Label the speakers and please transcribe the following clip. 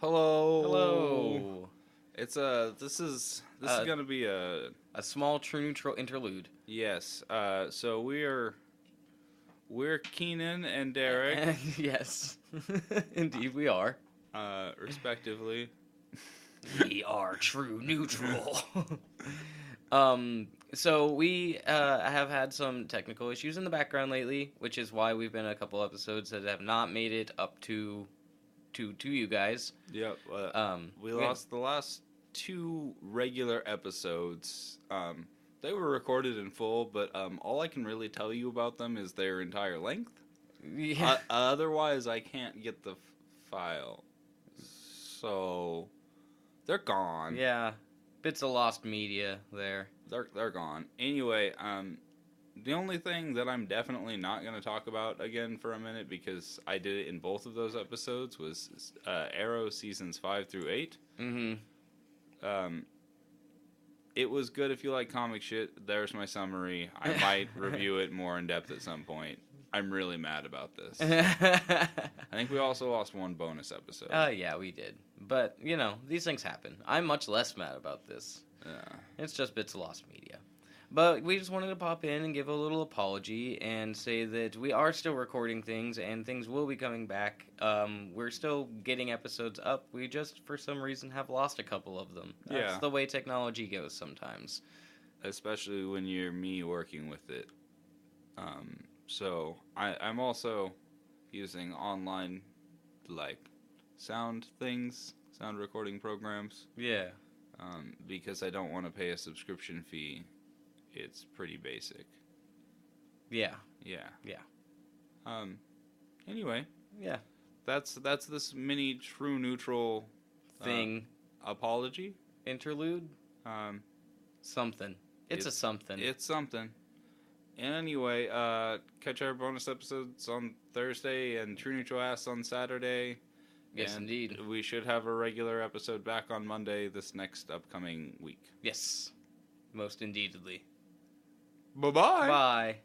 Speaker 1: Hello.
Speaker 2: Hello.
Speaker 1: It's uh this is this
Speaker 2: Uh,
Speaker 1: is gonna be a
Speaker 2: A small True Neutral interlude.
Speaker 1: yes. Uh so we are we're Keenan and Derek,
Speaker 2: yes. Indeed, we are.
Speaker 1: uh respectively.
Speaker 2: We are True Neutral. um, so we uh, have had some technical issues in the background lately, which is why we've been a couple episodes that have not made it up to to to you guys.
Speaker 1: Yep. Uh,
Speaker 2: Um,
Speaker 1: we
Speaker 2: we-
Speaker 1: lost the last two regular episodes. Um they were recorded in full, but um all I can really tell you about them is their entire length.
Speaker 2: Yeah.
Speaker 1: Uh, otherwise I can't get the f- file. So they're gone.
Speaker 2: yeah. Bits of lost media there.
Speaker 1: they're they're gone. Anyway, um, the only thing that I'm definitely not going to talk about again for a minute because I did it in both of those episodes was uh, Arrow seasons five through eight.
Speaker 2: Mm-hmm.
Speaker 1: Um, it was good if you like comic shit. There's my summary. I might review it more in depth at some point. I'm really mad about this. I think we also lost one bonus episode.
Speaker 2: uh, yeah, we did. But you know, these things happen. I'm much less mad about this.
Speaker 1: Yeah.
Speaker 2: It's just bits of lost media. But we just wanted to pop in and give a little apology and say that we are still recording things and things will be coming back. Um, we're still getting episodes up. We just, for some reason, have lost a couple of them. That's
Speaker 1: Yeah.
Speaker 2: the way technology goes sometimes.
Speaker 1: especially when you're me working with it. Um, so I, I'm also using online like sound things, sound recording programs,
Speaker 2: Yeah.
Speaker 1: um, because I don't want to pay a subscription fee. It's pretty basic.
Speaker 2: Yeah.
Speaker 1: Yeah.
Speaker 2: Yeah.
Speaker 1: Um, anyway,
Speaker 2: Yeah.
Speaker 1: that's that's this mini true neutral Uh,
Speaker 2: Thing.
Speaker 1: apology.
Speaker 2: Interlude?
Speaker 1: Um,
Speaker 2: Something.
Speaker 1: It's-
Speaker 2: It's, a something.
Speaker 1: It's something. Anyway, uh, catch our bonus episodes on Thursday and True Neutral Ass on Saturday.
Speaker 2: yes,
Speaker 1: and
Speaker 2: indeed.
Speaker 1: We should have a regular episode back on Monday this next upcoming week.
Speaker 2: Yes. Most indeedly.
Speaker 1: Bye-bye.
Speaker 2: Bye.